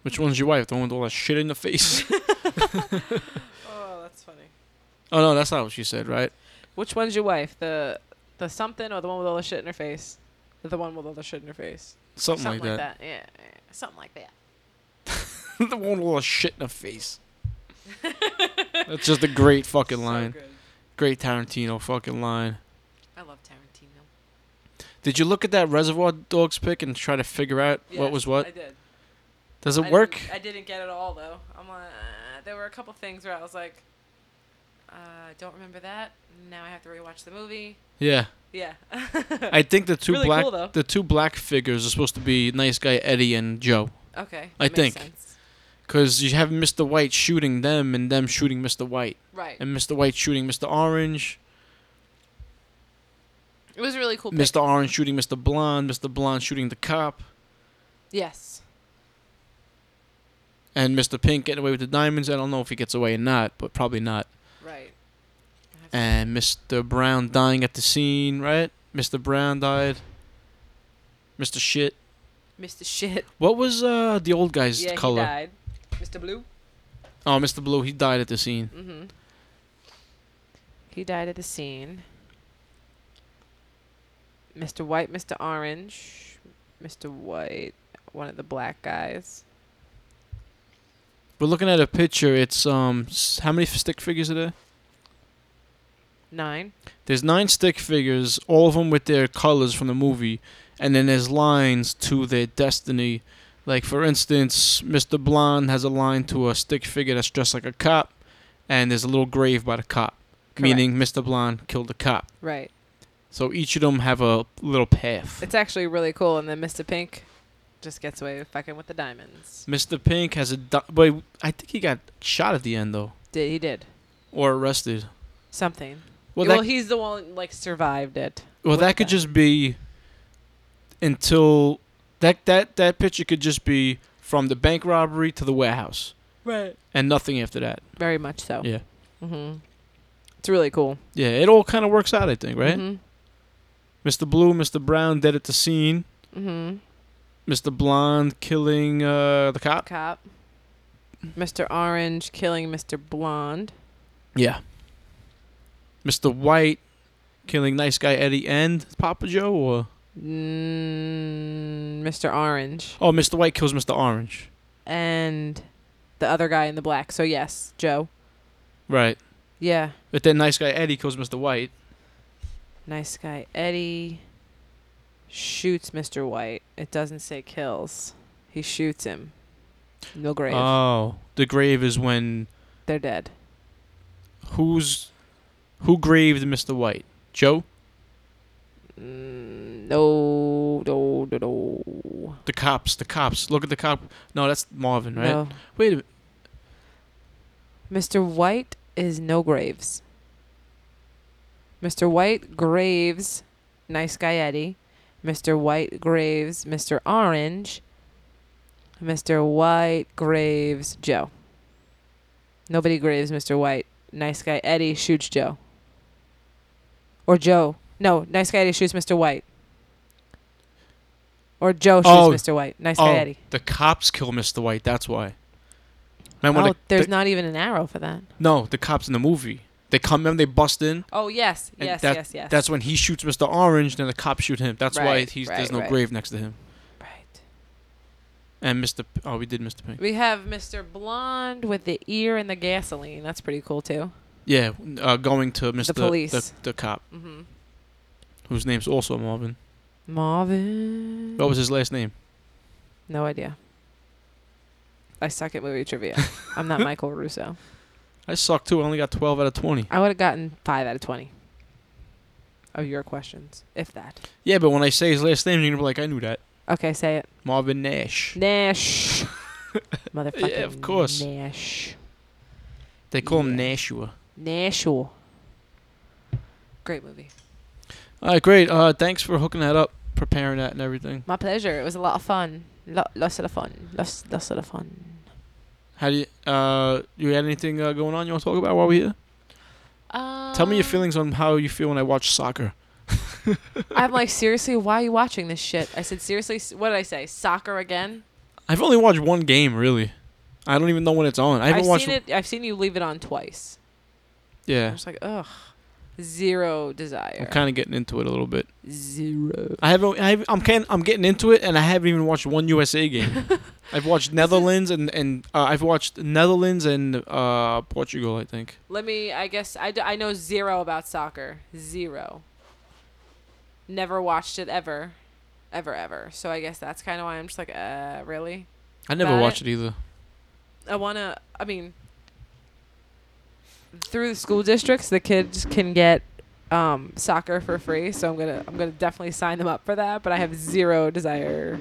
Which one's your wife? The one with all that shit in the face? Oh, that's funny. oh no, that's not what she said, right? Which one's your wife? The the something or the one with all the shit in her face? The one with all the shit in her face. Something, like, that. Yeah, yeah, something like that. the one with all the shit in the face. that's just a great fucking line. So good. Great Tarantino fucking line. I love Tarantino. Did you look at that Reservoir Dogs pick and try to figure out Yeah, what was what? I did. Does it I work? Didn't, I didn't get it all though. I'm like, uh, there were a couple things where I was like, uh, I don't remember that. Now I have to rewatch the movie. Yeah. Yeah. I think the two Really black cool, though. the two black figures are supposed to be nice guy Eddie and Joe, okay. I that makes think. sense. because you have Mr. White shooting them and them shooting Mr. White Right. and Mr. White shooting Mr. Orange, It was a really cool. pick. Mr. Orange shooting Mr. Blonde, Mr. Blonde shooting the cop, Yes. and Mr. Pink getting away with the diamonds. I don't know if he gets away or not, but probably not. Right. I have to- And Mr. Brown dying at the scene, right? Mr. Brown died. Mr. Shit. Mr. Shit. What was uh the old guy's yeah, color? he died. Mr. Blue. Oh, Mr. Blue, he died at the scene. Mm-hmm. He died at the scene. Mr. White, Mr. Orange, Mr. White, one of the black guys. But looking at a picture, it's um s- how many f- stick figures are there? Nine. There's nine stick figures, all of them with their colors from the movie, and then there's lines to their destiny. Like for instance, Mr. Blonde has a line to a stick figure that's dressed like a cop, and there's a little grave by the cop, meaning Mr. Blonde killed the cop. Right. So each of them have a little path. It's actually really cool. And then Mr. Pink just gets away with fucking with the diamonds. Mr. Pink has a di- but I think he got shot at the end though, Did he did or arrested. something? Well, Well, that he's the one like survived it. Well, with that could that. just be until that that that picture could just be from the bank robbery to the warehouse Right. and nothing after that. Very much so. Yeah. Mhm. It's really cool. Yeah, it all kind of works out, I think, right? Mhm. Mr. Blue, Mr. Brown dead at the scene, Mhm. Mr. Blonde killing uh, the cop. Cop. Mr. Orange killing Mr. Blonde. Yeah. Mr. White killing nice guy Eddie and Papa Joe or Mm, Mr. Orange oh, Mr. White kills Mr. Orange. and the other guy in the black. So yes, Joe. Right. Yeah, But then nice guy Eddie kills Mr. White. nice guy Eddie shoots Mr. White. It doesn't say kills. He shoots him. No grave. Oh, the grave is when They're dead. Who's who graved Mr. White? Joe, Mm, no, no, no, no. the cops, the cops. Look at the cop. No, that's Marvin, right? No. Wait a minute. Mr. White is no graves. Mr. White graves nice guy Eddie. Mr. White graves Mr. Orange. Mr. White graves Joe. Nobody graves Mr. White. Nice guy Eddie shoots Joe. Or Joe. No, nice guy Eddie shoots Mr. White. Or Joe shoots Oh. Mr. White. Nice Oh, guy Eddie. the cops kill Mr. White. That's why. Man, when Oh, the, there's the- not even an arrow for that. no the cops in the movie. They come in, they bust in. Oh yes, And yes, that- yes, yes. That's when he shoots Mr. Orange. Then the cops shoot him. That's why Right, he's right, there's no right. grave next to him. right. And Mr. P- oh, we did Mr. Pink. We have Mr. Blonde with the ear and the gasoline. That's pretty cool too. Yeah, uh, going to Mr. police. the, the cop Mm-hmm. whose name's also Marvin. Marvin. What was his last name? No idea. I suck at movie trivia. I'm not Michael Russo. I suck too. I only got 12 out of 20. I would have gotten five out of twenty of your questions, if that. Yeah, but when I say his last name, you're gonna be like, I knew that. Okay, say it. Marvin Nash. Nash. Motherfucking Yeah, of course. Nash. They call him Yeah. Nashua. Nashua. Great movie. All right, great. Uh, thanks for hooking that up, preparing that, and everything. My pleasure. It was a lot of fun. Lo- lots of fun. Lots, lots of fun. How do you? Uh, you had anything uh, going on you want to talk about while we're here? Tell me your Um, feelings on how you feel when I watch soccer. I'm like, seriously, why are you watching this shit? I said, seriously, s- what did I say? Soccer again? I've only watched one game really. I don't even know when it's on. I haven't have watched. seen it. I've seen you leave it on twice. I'm Yeah, just like, ugh, zero desire. I'm kind of getting into it a little bit. Zero. I haven't. I have I'm can. I'm getting into it, and I haven't even watched one USA game. I've watched Netherlands and and uh, I've watched Netherlands and uh, Portugal. I think. Let me. I guess I, d- I know zero about soccer. Zero. Never watched it ever, ever ever. So I guess that's kind of why I'm just like, uh, really. I never But- watched it either. I wanna. I mean, through the school districts, the kids can get um, soccer for free. So I'm gonna, I'm gonna definitely sign them up for that. But I have zero desire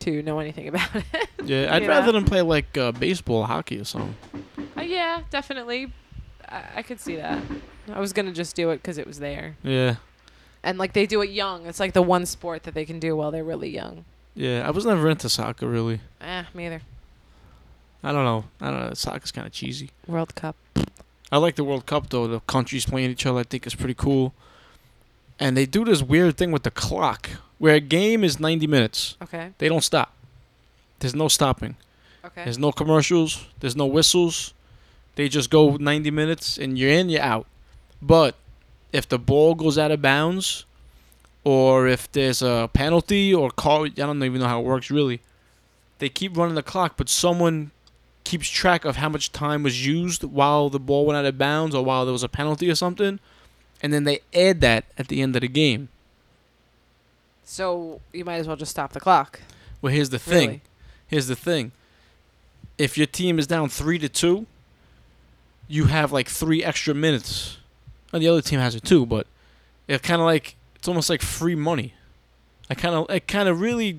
to know anything about it. Yeah, I'd Yeah. rather them play like uh, baseball, hockey, or something. Uh, yeah, definitely. I, I could see that. I was gonna just do it because it was there, Yeah, and like they do it young. It's like the one sport that they can do while they're really young. yeah. I was never into soccer really. Eh, me either. I don't know. I don't know. Soccer's kind of cheesy. World Cup. I like the World Cup though. The countries playing each other, I think, is pretty cool. And they do this weird thing with the clock. Where a game is 90 minutes, Okay. they don't stop. There's no stopping. Okay. There's no commercials. There's no whistles. They just go 90 minutes and you're in, you're out. But if the ball goes out of bounds, or if there's a penalty or call, I don't even know how it works really. They keep running the clock, but someone keeps track of how much time was used while the ball went out of bounds or while there was a penalty or something, and then they add that at the end of the game. so you might as well just stop the clock. Well, here's the thing. Really. Here's the thing. If your team is down three to two, you have like three extra minutes. And the other team has it too, but it kind of like it's almost like free money. I kind of it kind of really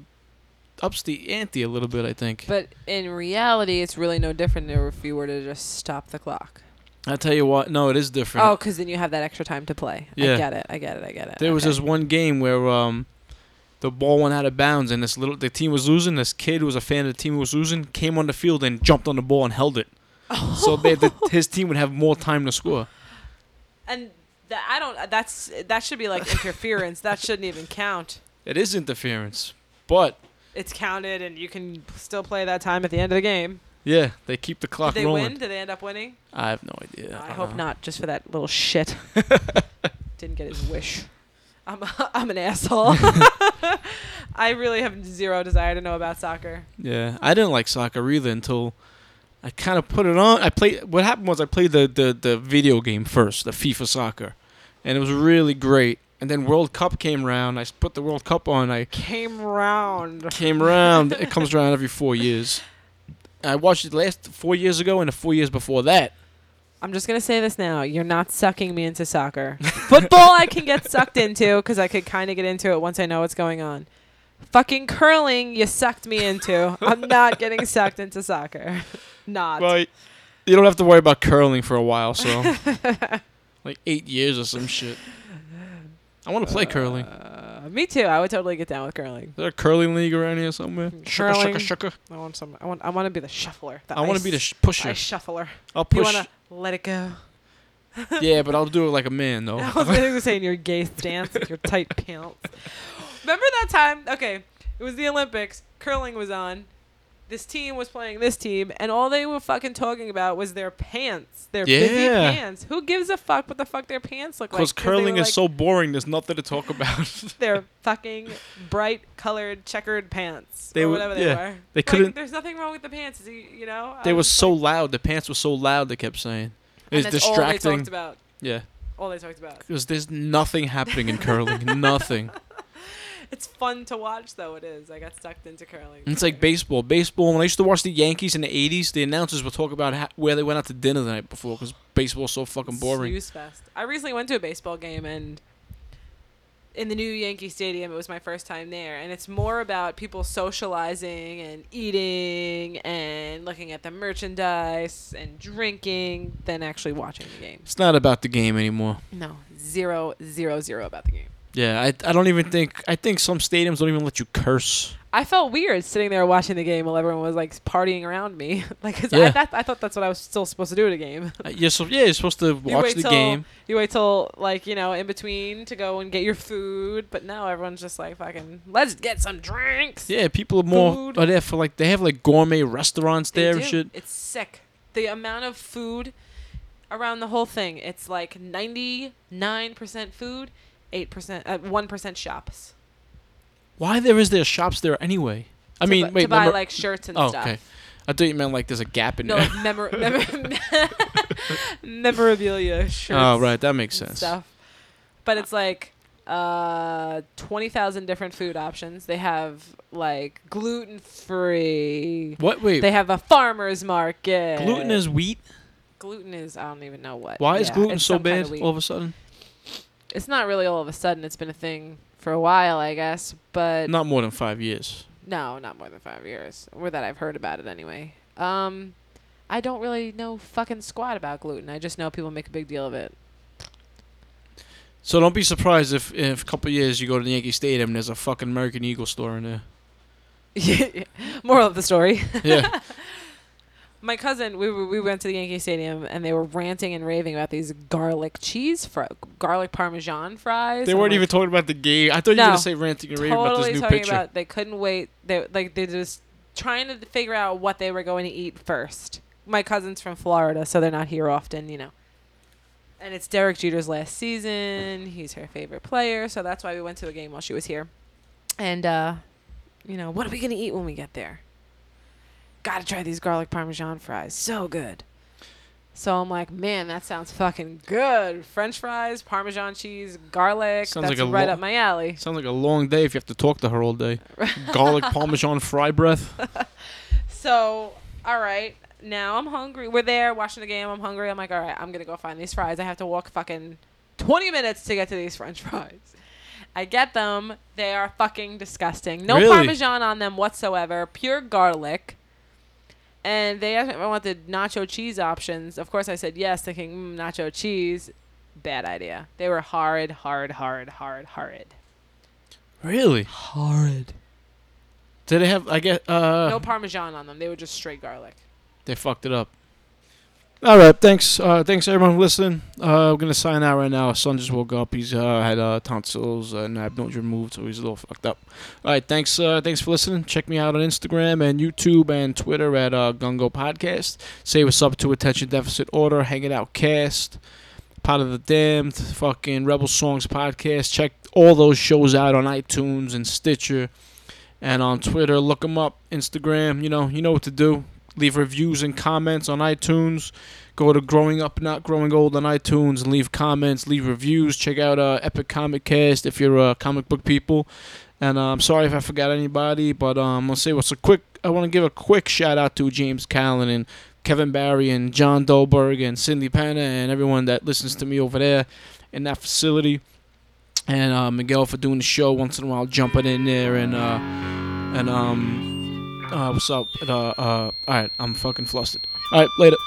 ups the ante a little bit. I think. But in reality, it's really no different than if you were to just stop the clock. I tell you what, no, it is different. Oh, because then you have that extra time to play. Yeah. I get it. I get it. I get it. There was okay. this one game where um, the ball went out of bounds, and this little the team was losing. This kid who was a fan of the team who was losing came on the field and jumped on the ball and held it. Oh. So they, the, his team would have more time to score. and th- I don't. That's that should be like interference. that shouldn't even count. It is interference, but It's counted, and you can still play that time at the end of the game. yeah, they keep the Did clock they rolling. win? Did they end up winning? Uh, I have no idea. Uh-huh. I don't hope know. not. Just for that little shit. Didn't get his wish. I'm a, I'm an asshole. I really have zero desire to know about soccer. Yeah, I didn't like soccer either until I kind of put it on. I played. What happened was I played the, the the video game first, the FIFA soccer, and it was really great. And then World Cup came around. I s- put the World Cup on. I Came round. came around. it comes around every four years. I watched it last four years ago and the four years before that. I'm just gonna say this now. You're not sucking me into soccer. Football, I can get sucked into because I could kind of get into it once I know what's going on. Fucking curling, you sucked me into. I'm not getting sucked into soccer. Not. Right. You don't have to worry about curling for a while, so like eight years or some shit. I want to play curling. Uh, me too. I would totally get down with curling. Is there a curling league around here somewhere? Hmm. Shuka, shuka, Curling. shuka. I want some. I want. I want to be the shuffler. The I want to be the sh- pusher. ice shuffler. I'll You push. want to let it go. yeah, but I'll do it like a man though. I was literally saying your gay stance with your tight pants. Remember that time? Okay, it was the Olympics. Curling was on. This team was playing this team, and all they were fucking talking about was their pants, their busy Yeah. pants. Who gives a fuck what the fuck their pants look like? Because they curling were is like, so boring. There's nothing to talk about. Their fucking bright colored checkered pants, They or were- whatever they yeah. were. They Like, couldn't- there's nothing wrong with the pants. You, you know. I they were was just so like- loud. The pants were so loud. They kept saying and it's that's All they distracting. talked about. Yeah, All they talked about. because there's nothing happening in curling. nothing. It's fun to watch, though. It is. I got sucked into curling. It's like baseball. Baseball. When I used to watch the Yankees in the '80s, the announcers would talk about how, where they went out to dinner the night before because baseball's so fucking boring. Snooze fest. I recently went to a baseball game and in the new Yankee Stadium, it was my first time there, and it's more about people socializing and eating and looking at the merchandise and drinking than actually watching the game. It's not about the game anymore. No, zero, zero, zero about the game. Yeah, I, I don't even think I think some stadiums don't even let you curse. I felt weird sitting there watching the game while everyone was like partying around me. like, 'cause Yeah. I, that, I thought that's what I was still supposed to do at a game. Uh, You're so, yeah, you're supposed to You watch wait the till- game. You wait till like you know in between to go and get your food, but now everyone's just like fucking. Let's get some drinks. Yeah, people are more Food. are there for like they have like gourmet restaurants They there do. and shit. It's sick. The amount of food around the whole thing. It's like ninety nine percent food, eight percent, uh, one percent shops. Why there is there shops there anyway? I To mean, bu- wait, to buy remember- like shirts and oh, stuff. okay. I thought you meant like there's a gap in No, there. like memor- memor- memorabilia shirts. oh, right, that makes and sense. stuff. But it's like uh, 20,000 different food options. They have like gluten free. What? Wait, They have a farmer's market. gluten is wheat. gluten is I don't even know what. Why is Yeah, gluten it's so some kind bad of wheat. all of a sudden? it's not really all of a sudden. It's been a thing for a while, I guess. But Not more than five years. no, not more than five years, or that I've heard about it anyway. Um, I don't really know fucking squat about gluten. I just know people make a big deal of it. So don't be surprised if if a couple years you go to the Yankee Stadium and there's a fucking American Eagle store in there. Moral of the story. Yeah, my cousin, we were, we went to the Yankee Stadium and they were ranting and raving about these garlic cheese fro- garlic parmesan fries. They and I'm weren't like, even talking about the game. I thought you were No. gonna say ranting and raving about totally this new talking picture. about they couldn't wait. They like they just trying to figure out what they were going to eat first. My cousin's from Florida, so they're not here often, you know. And it's Derek Jeter's last season. He's her favorite player, so that's why we went to a game while she was here. And uh, you know, what are we gonna eat when we get there? Gotta try these garlic parmesan fries. So good. So I'm like, man, that sounds fucking good. French fries, parmesan cheese, garlic. Sounds that's like a right lo- up my alley. Sounds like a long day if you have to talk to her all day. Garlic parmesan fry breath. So, all right. Now I'm hungry. We're there watching the game. I'm hungry. I'm like, all right, I'm going to go find these fries. I have to walk fucking 20 minutes to get to these french fries. I get them. They are fucking disgusting. No Really? parmesan on them whatsoever. Pure garlic. And they asked me if I wanted nacho cheese options. Of course, I said yes, thinking mm, nacho cheese. Bad idea. They were horrid, horrid, horrid, horrid, horrid. Really? Horrid. Did they have? I get. Uh, No parmesan on them. They were just straight garlic. They fucked it up. All right, thanks. Uh, thanks everyone for listening. Uh, we're gonna sign out right now. Our son just woke up. He's uh, had uh, tonsils and abnormal removed, so he's a little fucked up. All right, thanks. Uh, thanks for listening. Check me out on Instagram and YouTube and Twitter at uh, Gungo Podcast. Say what's up to Attention Deficit Order. Hang it out. Cast. Pot of the Damned. Fucking Rebel Songs Podcast. Check all those shows out on iTunes and Stitcher, and on Twitter. Look them up. Instagram. You know. You know what to do leave reviews and comments on iTunes. Go to Growing Up Not Growing Old on iTunes and leave comments, leave reviews. Check out uh, Epic Comic Cast if you're uh, comic book people. And uh, I'm sorry if I forgot anybody, but um, I'll say what's a quick. I want to give a quick shout out to James Callen and Kevin Barry and John Dolberg and Cindy Panna and everyone that listens to me over there in that facility. And uh, Miguel for doing the show once in a while, jumping in there and uh, and um, uh, what's up? Uh, uh, all right, I'm fucking flustered. All right, later.